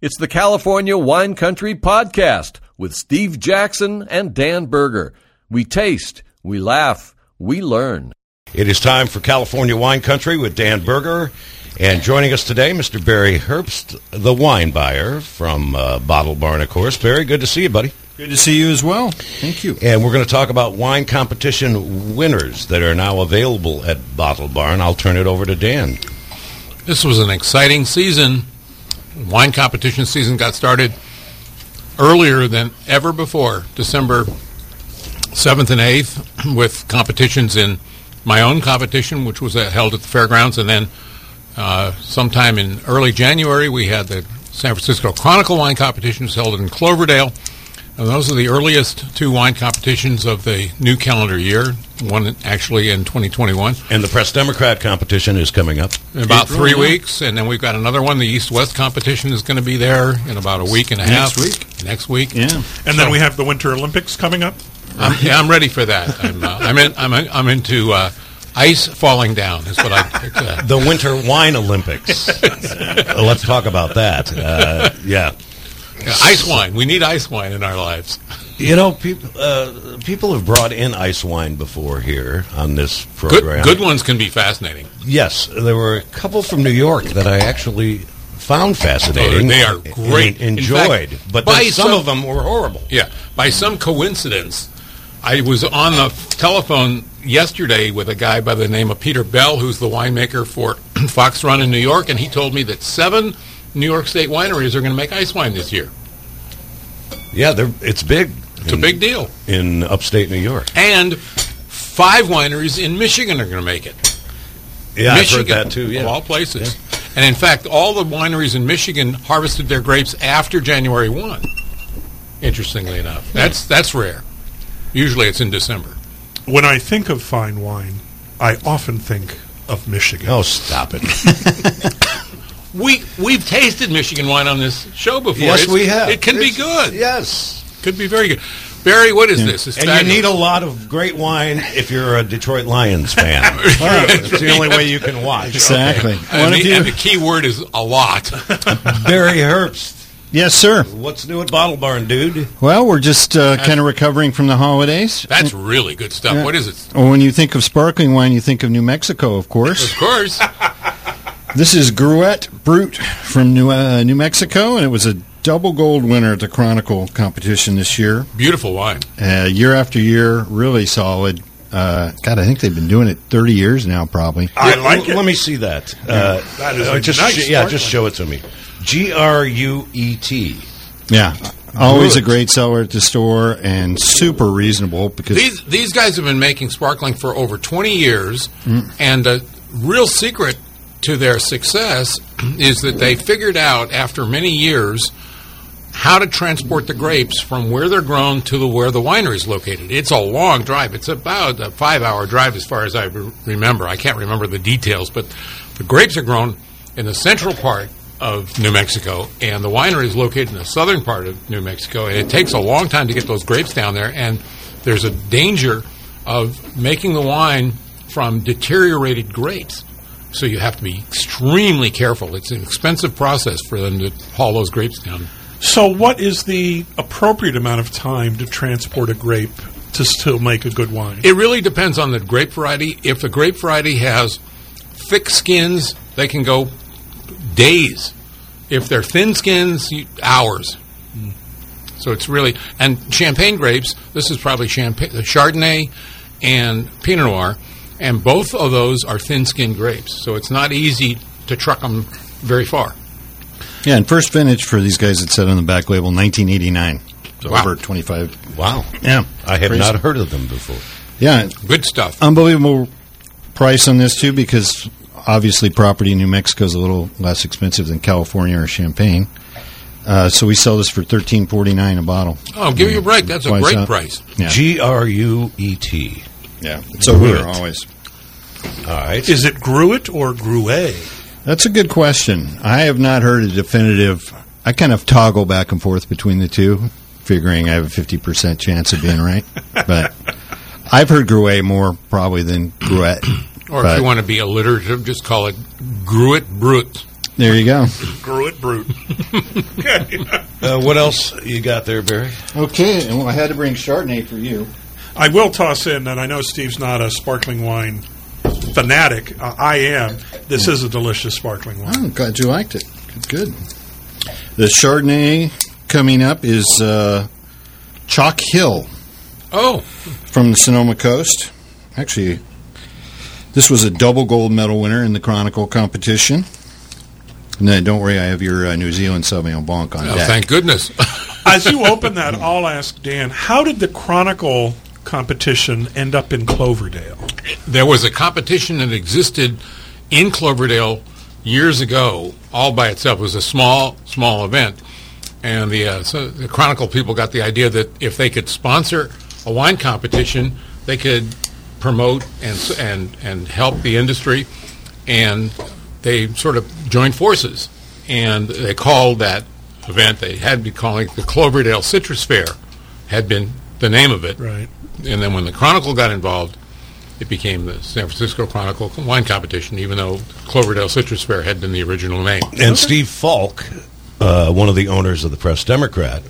It's the California Wine Country Podcast with Steve Jackson and Dan Berger. We taste, we laugh, we learn. It is time for California Wine Country with Dan Berger. And joining us today, Mr. Barry Herbst, the wine buyer from uh, Bottle Barn, of course. Barry, good to see you, buddy. Good to see you as well. Thank you. And we're going to talk about wine competition winners that are now available at Bottle Barn. I'll turn it over to Dan. This was an exciting season. Wine competition season got started earlier than ever before, December 7th and 8th, with competitions in my own competition, which was uh, held at the fairgrounds. And then uh, sometime in early January, we had the San Francisco Chronicle Wine Competition, which was held in Cloverdale. And those are the earliest two wine competitions of the new calendar year, one actually in 2021 And the Press Democrat competition is coming up. in about April, three yeah. weeks, and then we've got another one. The East West competition is going to be there in about a week and a Next half. week. Next week. Yeah. And then we have the Winter Olympics coming up. I'm, yeah, I'm ready for that. I'm, uh, I'm, in, I'm, in- I'm into uh, ice falling down. Is what I. Uh, The Winter Wine Olympics. Uh, Let's talk about that. Uh, yeah. ice wine. We need ice wine in our lives. You know, people uh, people have brought in ice wine before here on this Good, program. good ones can be fascinating. Yes, there were a couple from New York that I actually found fascinating. They are great. and In enjoyed, fact, but then by some, some- of them were horrible. Yeah. By some coincidence, I was on the telephone yesterday with a guy by the name of Peter Bell, who's the winemaker for Fox Run in New York, and he told me that seven New York State wineries are going to make ice wine this year. Yeah, they're, it's big. It's a big deal. in upstate New York. And five wineries in Michigan are going to make it. Yeah, Michigan, I've heard that too. Yeah, Of all places. And in fact, all the wineries in Michigan harvested their grapes after January 1, interestingly enough. Hmm. That's, that's rare. Usually it's in December. When I think of fine wine, I often think of Michigan. Oh, stop it! We we've tasted Michigan wine on this show before. yes, It's- we have. It can be It's- good. Yes, Could be very good. Barry, what is this? It's and you fabulous. need a lot of great wine if you're a Detroit Lions fan. all right, it's the only way you can watch. Exactly. and, One of the, and you. the key word is a lot. Okay. Barry Herbst, Yes, sir. what's new at Bottle Barn, dude? Well, we're just uh, kind of recovering from the holidays. That's really good stuff. What is it? Well, When you think of sparkling wine, you think of New Mexico, of Of course. course. this is Gruet Brut from New, uh, New Mexico, and it was a double gold winner at the Chronicle competition this year. Beautiful wine. Uh, year after year, really solid. Uh, God, I think they've been doing it 30 years now, probably. I Yeah, like l- it. Let me see that. Uh, That is uh, a just nice sh- yeah, just sparkling. show it to me. G R U E T. Yeah. Always a Gruet. great seller at the store and super reasonable because These these guys have been making sparkling for over 20 years, and a real secret to their success is that they figured out after many years how to transport the grapes from where they're grown to the where the winery is located. It's a long drive. It's about a five-hour drive, as far as I re- remember. I can't remember the details, but the grapes are grown in the central part of New Mexico, and the winery is located in the southern part of New Mexico. And it takes a long time to get those grapes down there, and there's a danger of making the wine from deteriorated grapes. So you have to be extremely careful. It's an expensive process for them to haul those grapes down. So, what is the appropriate amount of time to transport a grape to still make a good wine? It really depends on the grape variety. If the grape variety has thick skins, they can go days. If they're thin skins, you, hours. So it's really and champagne grapes. This is probably champagne, the Chardonnay, and Pinot Noir, and both of those are thin-skinned grapes. So it's not easy to truck them very far. Yeah, and first vintage for these guys it said on the back label 1989. So Wow. over 25. Wow. Yeah. I had Crazy. not heard of them before. Yeah, Good stuff. Um, unbelievable price on this too because obviously property in New Mexico is a little less expensive than California or Champagne. Uh, so we sell this for 13.49 a bottle. Oh, give you a break. That's a Why is great that? price. Yeah. G R U E T. Yeah. It's a winner Gruet. always. All right. Is it Gruet or Gruet? That's a good question. I have not heard a definitive. I kind of toggle back and forth between the two, figuring I have a fifty percent chance of being right. but I've heard Gruet more probably than Gruet. Or But- if you want to be alliterative, just call it Gruet Brut. There you go. Grew it brute. okay. Uh, what else you got there, Barry? Okay, and well, I had to bring Chardonnay for you. I will toss in that I know Steve's not a sparkling wine fanatic. Uh, I am. This is a delicious sparkling wine. I'm Oh, glad you liked it. Good, good. The Chardonnay coming up is uh, Chalk Hill Oh, from the Sonoma Coast. Actually, this was a double gold medal winner in the Chronicle competition. And then, don't worry, I have your uh, New Zealand Sauvignon Blanc on oh, deck. thank goodness. As you open that, I'll ask Dan, how did the Chronicle competition end up in Cloverdale? there was a competition that existed in Cloverdale years ago, all by itself. It was a small, small event, and the uh, so the Chronicle people got the idea that if they could sponsor a wine competition, they could promote and s- and and help the industry, and they sort of joined forces, and they called that event they had been calling the Cloverdale Citrus Fair, had been the name of it, Right. and then when the Chronicle got involved, it became the San Francisco Chronicle Wine Competition, even though Cloverdale Citrus Fair had been the original name. And Steve Falk, uh, one of the owners of the Press Democrat,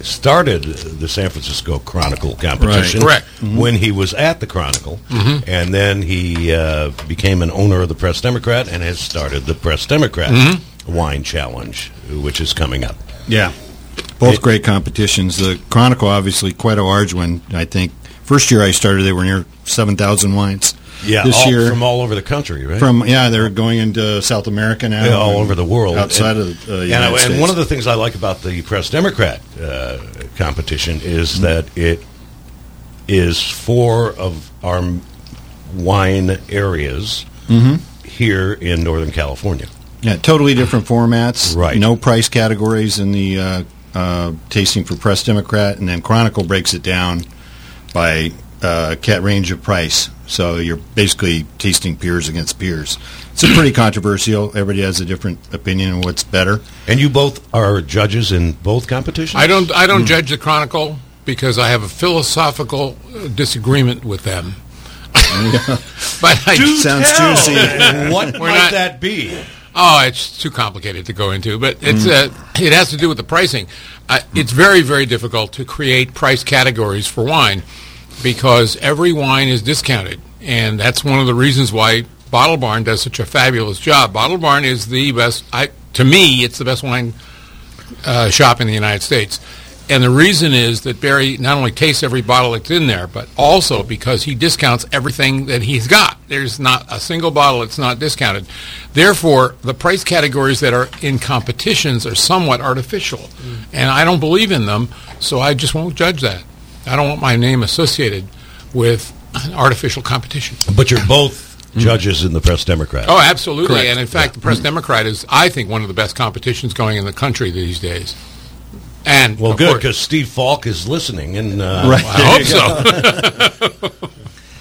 started the San Francisco Chronicle competition. Right. Correct. When he was at the Chronicle, and then he uh, became an owner of the Press Democrat and has started the Press Democrat Wine Challenge, which is coming up. Yeah. Both great competitions. The Chronicle, obviously, quite a large one, I think. First year I started, they were near 7,000 wines. Yeah, This all- year. from all over the country, right? From yeah, they're going into South America now, Yeah, all and over the world, outside And- of the uh, and- United and, States. one Uh, of the things I like about the Press Democrat uh, competition is that it is four of our m- wine areas here in Northern California. yeah, totally different formats. Right. No price categories in the uh, uh, tasting for Press Democrat, and then Chronicle breaks it down by uh, cat range of price. So you're basically tasting peers against peers. It's a pretty controversial. Everybody has a different opinion on what's better. And you both are judges in both competitions. I don't, I don't judge the Chronicle because I have a philosophical uh, disagreement with them. but I, Do Sounds tell. juicy. What might not- that be? Oh, it's too complicated to go into, but it's uh, it has to do with the pricing. Uh, it's very very difficult to create price categories for wine because every wine is discounted, and that's one of the reasons why Bottle Barn does such a fabulous job. Bottle Barn is the best. I to me, it's the best wine uh, shop in the United States. And the reason is that Barry not only tastes every bottle that's in there, but also because he discounts everything that he's got. There's not a single bottle that's not discounted. Therefore, the price categories that are in competitions are somewhat artificial. Mm. And I don't believe in them, so I just won't judge that. I don't want my name associated with artificial competition. But you're both judges in the Press Democrat. Oh, absolutely. And in fact, the Press Democrat is, I think, one of the best competitions going in the country these days. And well, of good course- because Steve Falk is listening, and uh, Right. I hope so.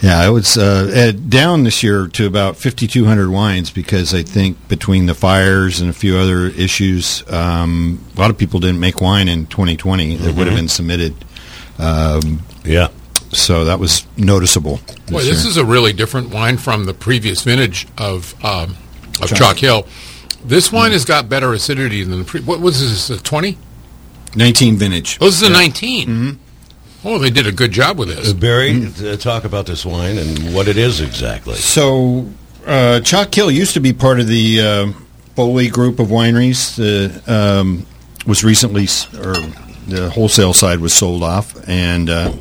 Yeah, it was uh, at- down this year to about 5,200 wines because I think between the fires and a few other issues, um, a lot of people didn't make wine in 2020 that would have been submitted. yeah. So that was noticeable. This Boy, year. this is a really different wine from the previous vintage of um, of Chalk. Chalk. Hill. This wine has got better acidity than the pre. What was this? A twenty? 19 vintage. Oh, this is a 19 Oh, they did a good job with this. Uh, Barry, uh, talk about this wine and what it is exactly. So, uh, Chalk Hill used to be part of the uh, Foley group of wineries. The um, was recently, s- or the wholesale side was sold off, and uh,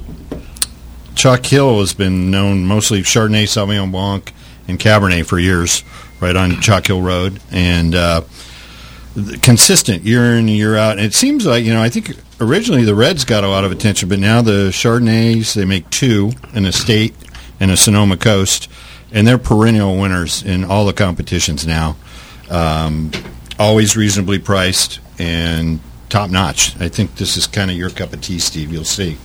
Chalk Hill has been known mostly Chardonnay, Sauvignon Blanc, and Cabernet for years, right on Chalk Hill Road, and uh, th- consistent year in and year out. And it seems like you know, I think originally the Reds got a lot of attention, but now the Chardonnays they make two an estate and a Sonoma Coast, and they're perennial winners in all the competitions now. Um, always reasonably priced and top notch. I think this is kind of your cup of tea, Steve. You'll see.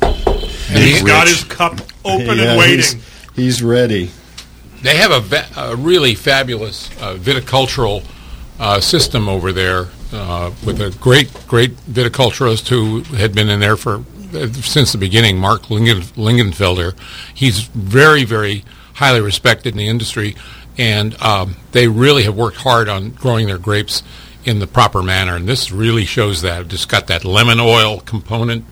And He's the- got his cup open Yeah, and He's, waiting. he's ready. They have a, va- a really fabulous uh, viticultural uh, system over there uh, with a great, great viticulturist who had been in there for uh, since the beginning, Mark Lingen, Lingenfelder. He's very, very highly respected in the industry, and um, they really have worked hard on growing their grapes in the proper manner. And this really shows that. It's just got that lemon oil component.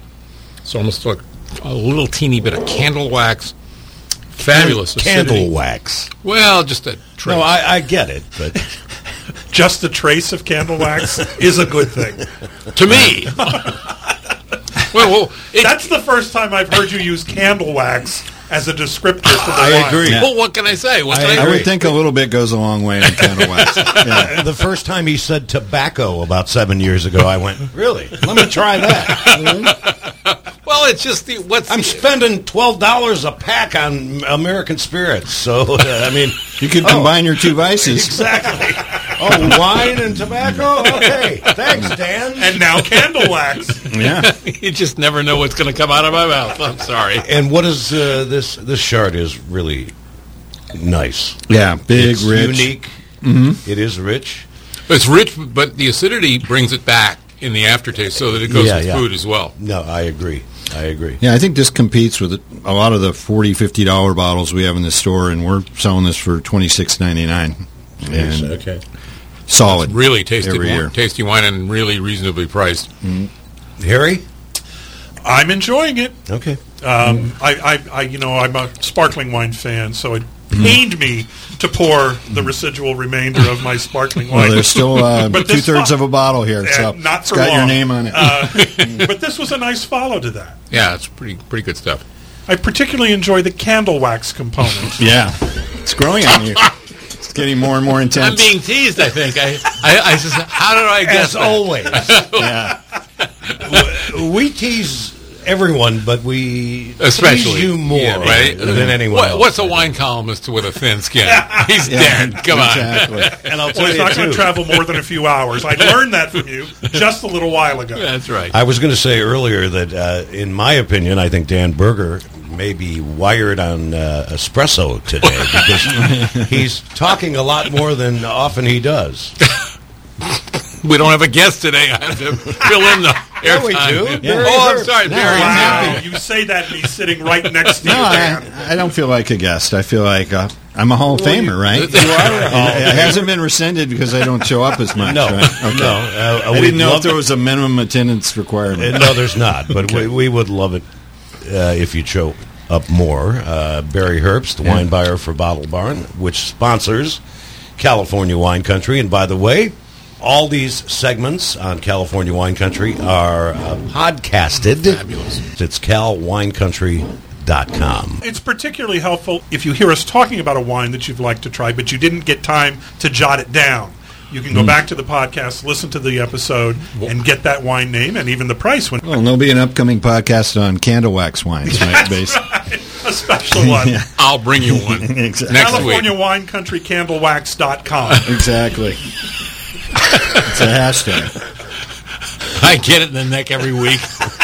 It's almost like a little teeny bit of candle wax. Fabulous Candle acidity. wax. Well, just a trace. No, I, I get it, but Just the trace of candle wax is a good thing. to me. well, well, it, That's the first time I've heard you use candle wax as a descriptor for the I wine. agree. well, what can I say? What can I I, I agree. would think a little bit goes a long way on candle wax. Yeah. the first time he said tobacco about seven years ago, I went, "Really? Let me try that." Well, it's just the what's I'm the- spending twelve dollars a pack on American spirits, so uh, I mean, You could Oh. combine your two vices. exactly. Oh, wine and tobacco. Okay, thanks, Dan. And now candle wax. Yeah. you just never know what's going to come out of my mouth. I'm sorry. And what is uh, this? This shard is really nice. Yeah. Big, It's rich. unique. It is rich. It's rich, but the acidity brings it back in the aftertaste, so that it goes Yeah, with yeah. food as well. No, I agree. I agree. Yeah, I think this competes with a lot of the 40 $50 dollar bottles we have in the store, and we're selling this for twenty six ninety nine. Yes, And okay. solid. Really tasty, Every wine- year. tasty wine, and really reasonably priced. Harry. I'm enjoying it. Okay. Um, I, I, I, you know, I'm a sparkling wine fan, so it pained me to pour the residual remainder of my sparkling Well, wine. there's still uh, But this two thirds fo- of a bottle here, Yeah, so not it's for got your long. name on it. Uh, but this was a nice follow to that. Yeah, it's pretty pretty good stuff. I particularly enjoy the candle wax component. yeah, it's growing on you. It's getting more and more intense. I'm being teased. I think I, I, I just how did I guess? As that? always, yeah, we tease everyone, but we Especially tease you more Yeah, right? than anyone What- else. what's a wine columnist with a thin skin? He's dead. Come on. exactly. and I'll Well, tell it's you not going too. to travel more than a few hours. I learned that from you just a little while ago. That's right. I was going to say earlier that, uh, in my opinion, I think Dan Berger may be wired on uh, espresso today because he's talking a lot more than often he does. We don't have a guest today. I have to fill in the airtime. we do. Barry Oh, I'm Herb. sorry, No, Barry. I'm Wow, happy. you say that and he's sitting right next to No, you, Dan. I, I don't feel like a guest. I feel like uh, I'm a Hall of Famer, right? You are. it hasn't been rescinded because I don't show up as much. No, right? Oh, no, uh, uh, I we'd didn't know love if there it. was a minimum attendance requirement. Uh, no, there's not. But we, we would love it uh, if you'd show up more. Uh, Barry Herbst, the wine buyer for Bottle Barn, which sponsors California Wine Country. And by the way, all these segments on California Wine Country are uh, podcasted. Fabulous. It's calwinecountry.com. It's particularly helpful if you hear us talking about a wine that you'd like to try, but you didn't get time to jot it down. You can Hmm. go back to the podcast, listen to the episode, and get that wine name and even the price when Well, there'll be an upcoming podcast on candle wax wines, right? Based- a special one. I'll bring you one Exactly. next week. California Wine Country CandleWax.com. Exactly. it's a hashtag. I get it in the neck every week.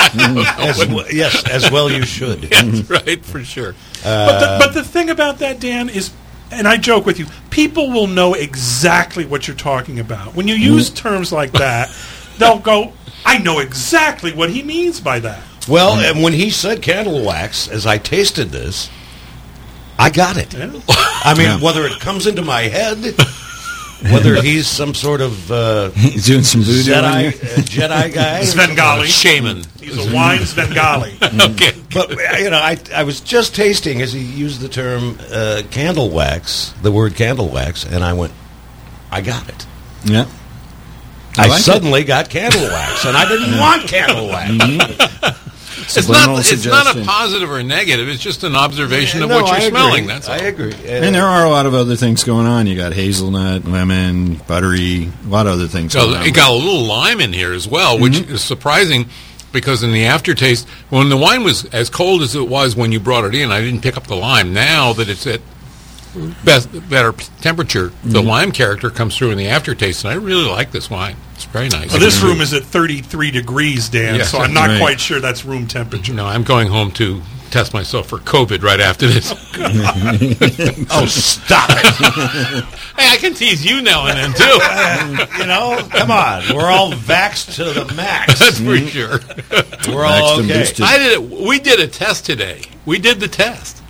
As w- yes, as well you should. That's right, for sure. but, the, Um, but the thing about that, Dan, is, and I joke with you, people will know exactly what you're talking about. When you Mm. use terms like that, they'll go, I know exactly what he means by that. Well, and when he said candle wax, as I tasted this, I got it. I mean, Yeah. whether it comes into my head, whether he's some sort of uh, He's doing some voodoo on Jedi, you. uh, Jedi guy. Svengali. Shaman. He's a wine Svengali. Mm. Okay. But you know, I, I was just tasting as he used the term uh, candle wax, the word candle wax, and I went, I got it. Yeah. I, like it. suddenly got candle wax, and I didn't want candle wax. It's not, Subliminal it's not a suggestion. positive or a negative. It's just an observation of No, what you're I agree. smelling. That's all. I agree. Uh, And there are a lot of other things going on. You got hazelnut, lemon, buttery, a lot of other things So going on. it got a little lime in here as well, which is surprising because in the aftertaste, when the wine was as cold as it was when you brought it in, I didn't pick up the lime. Now that it's at best better temperature, the lime character comes through in the aftertaste, and I really like this wine. It's very nice. Well, this room is at 33 degrees, Dan, Yeah. so I'm not Right. quite sure that's room temperature. no, I'm going home to test myself for COVID right after this. hey, Oh, stop it! I can tease you now and then too. you know, come on. We're all vaxxed to the max. That's for sure. We're all Vaxxed and okay. boosted. Mm-hmm. I did it. We did a test Mm-hmm. today. We did the test.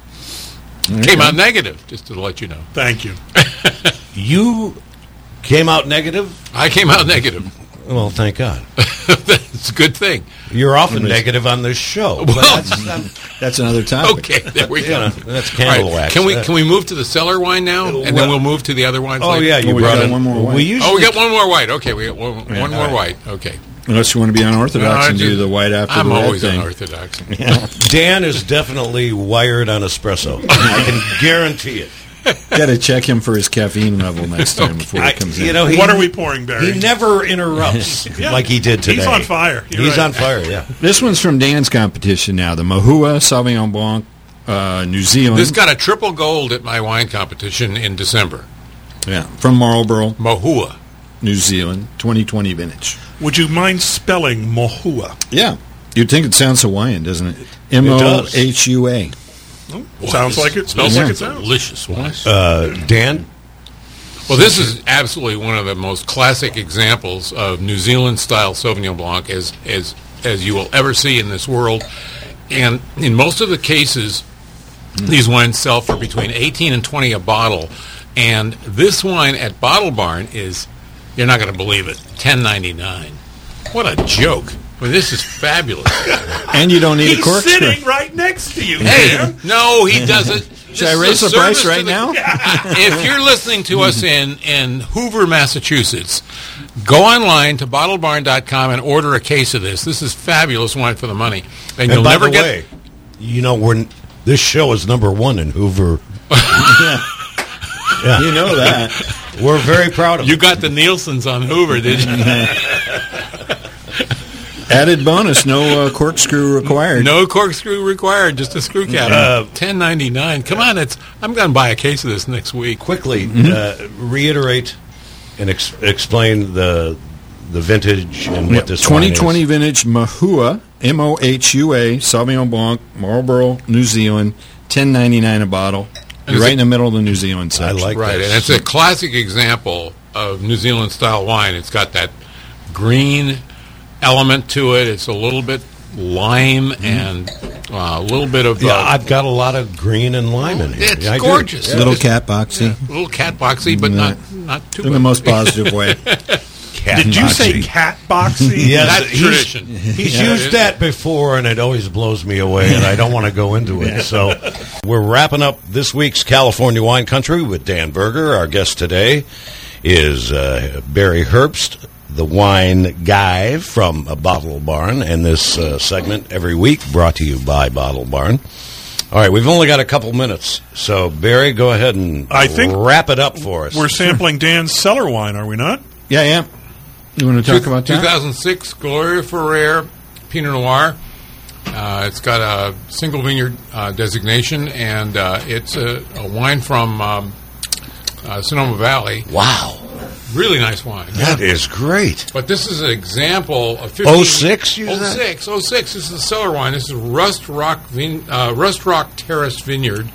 Came out negative, just to let you know. Thank you. you came out negative. I came out negative. Well, thank God. That's a good thing. You're often negative on this show. but Well, that's, I'm- That's another topic. Okay, there we you know, go. that's candle All right, wax. Can we That- can we move to the cellar wine now, and Well- then we'll move to the other wines? Oh later? yeah, you Oh, we brought got in one more white. We usually Oh, we got one more white. Okay, we got one, one more white. Okay. Unless you want to be unorthodox I and do- do the white after I'm the red always thing. unorthodox. Dan is definitely wired on espresso. I can guarantee it. Got to check him for his caffeine level next time before I- he comes you in. know, he, What are we pouring, Barry? He never interrupts Yeah. like he did today. He's on fire. You're He's right. on fire. Yeah. this one's from Dan's competition now. The Mahua Sauvignon Blanc, uh, New Zealand. This got a triple gold at my wine competition in December. yeah, from Marlborough, Mahua. New Zealand, 2020 vintage. Would you mind spelling Mohua? Yeah. You'd think it sounds Hawaiian, doesn't it? M O H U A. Sounds this like it. Smells like Smells like it it's sounds. delicious wine. Uh, Dan, Well, this is absolutely one of the most classic examples of New Zealand style Sauvignon Blanc as as as you will ever see in this world. And in most of the cases, these wines sell for between eighteen and twenty a bottle. And this wine at Bottle Barn is you're not going to believe it ten ninety nine. What a joke! I mean, this is fabulous. And you don't need a He's corkscrew. sitting right next to you, Hey, man. no, he doesn't. Should This I is a raise the price service to right now? if you're listening to us in, in Hoover, Massachusetts, go online to bottlebarn.com and order a case of this. This is fabulous wine for the money. And, and you'll by never the get way, you know we're n- this show is number one in Hoover. You know that. We're very proud of you it. got the Nielsen's on Hoover, did you? Added bonus, no uh, corkscrew required. no corkscrew required, just a screw cap. Uh, Ten ninety nine. Come on, it's I'm gonna buy a case of this next week. Quickly uh, reiterate and ex- explain the the vintage and what this wine is. 2020 vintage Mahua, M O H U A, Sauvignon Blanc, Marlborough, New Zealand, 10.99 a bottle. You're is right it- in the middle of the New Zealand I section. like Right, this. and it's a classic example of New Zealand style wine. It's got that green element to it. It's a little bit lime and uh, a little bit of Mm-hmm. yeah, uh, I've got a lot of green and lime in here. It's Yeah, I do. gorgeous. Little cat boxy. a little cat boxy, but not Mm-hmm. not too In the most much. positive way. Cat Did you boxy. say cat boxing? Yes. That's he's- tradition. He's Yeah, used it- that before, and it always blows me away, and I don't want to go into it. So, we're wrapping up this week's California Wine Country with Dan Berger. Our guest today is uh, Barry Herbst, the wine guy from a Bottle Barn, and this uh, segment every week brought to you by Bottle Barn. All right, we've only got a couple minutes, so Barry, go ahead and I think wrap it up for us. We're sampling Dan's cellar wine, are we not? Yeah, yeah. You want to talk about that? 2006 Gloria Ferrer Pinot Noir. Uh, it's got a single vineyard uh, designation, and uh, it's a, a wine from um, uh, Sonoma Valley. wow, Really nice wine. that is great. But this is an example of Oh, 15, 06, Oh, you said? 06, 06. This is the cellar wine. This is Rust Rock Vin, uh, Rust Rock Terrace Vineyard,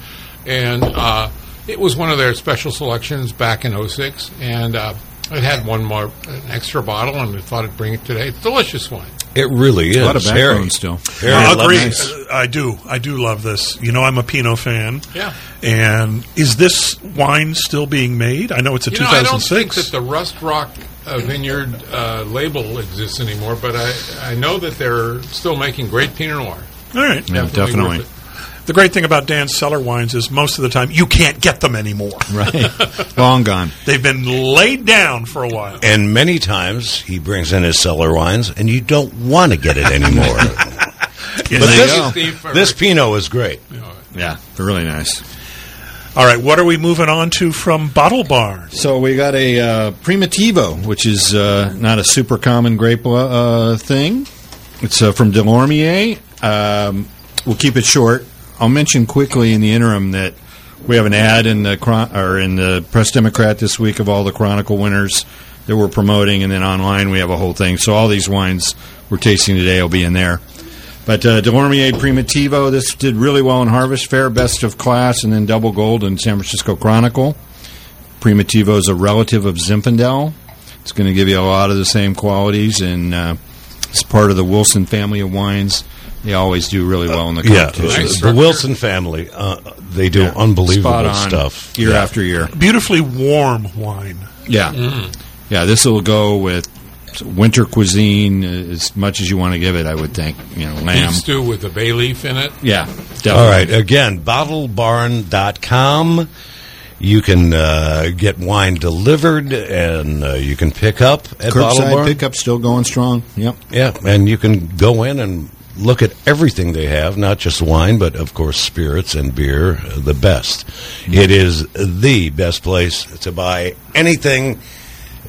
and uh, it was one of their special selections back in 06. And uh, it had one more, an extra bottle, and we thought I'd bring it today. It's delicious wine. It really is. A lot of Barry. backbone still. Barry, I love agree. this. Uh, I do. I do love this. You know, I'm a Pinot fan. Yeah. And is this wine still being made? I know it's a You know, I don't 2006. think that the Rust Rock uh, Vineyard uh, label exists anymore, but I, I know that they're still making great Pinot Noir. All right. Yeah, worth definitely. it. The great thing about Dan's cellar wines is most of the time you can't get them anymore. Right. Long gone. They've been laid down for a while. And many times he brings in his cellar wines, and you don't want to get it anymore. Yes, but they this, do. go. Steve Ferber. this Pinot is great. Yeah. Really nice. All right, what are we moving on to from Bottle Barn? So we got a uh, Primitivo, which is uh, not a super common grape uh, thing. It's uh, from Delormier. Um, we'll keep it short. I'll mention quickly in the interim that we have an ad in the Chron- or in the Press Democrat this week of all the Chronicle winners that we're promoting, and then online we have a whole thing. So all these wines we're tasting today will be in there. But uh, Delormier Primitivo, this did really well in Harvest Fair, best of class, and then double gold in San Francisco Chronicle. Primitivo is a relative of Zinfandel. It's going to give you a lot of the same qualities, and uh, it's part of the Wilson family of wines. They always do really well in the Uh, Yeah, competition. the Nice structure. Wilson family, uh, they do unbelievable Spot on, stuff. year Yeah. after year. Beautifully warm wine. Yeah, yeah. This will go with winter cuisine uh, as much as you want to give it. I would think you know Beef lamb. stew with a bay leaf in it. Yeah, definitely. All right. Again, bottlebarn.com. You can uh, get wine delivered and uh, you can pick up at Bottle Curbside Barn. pickup still going strong. Yep. Yeah, and you can go in and look at everything they have, not just wine, but of course spirits and beer, uh, the best. It is the best place to buy anything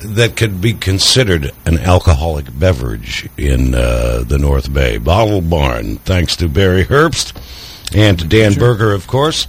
that could be considered an alcoholic beverage in uh, the North Bay. Bottle Barn, thanks to Barry Herbst and to Dan Berger, of course.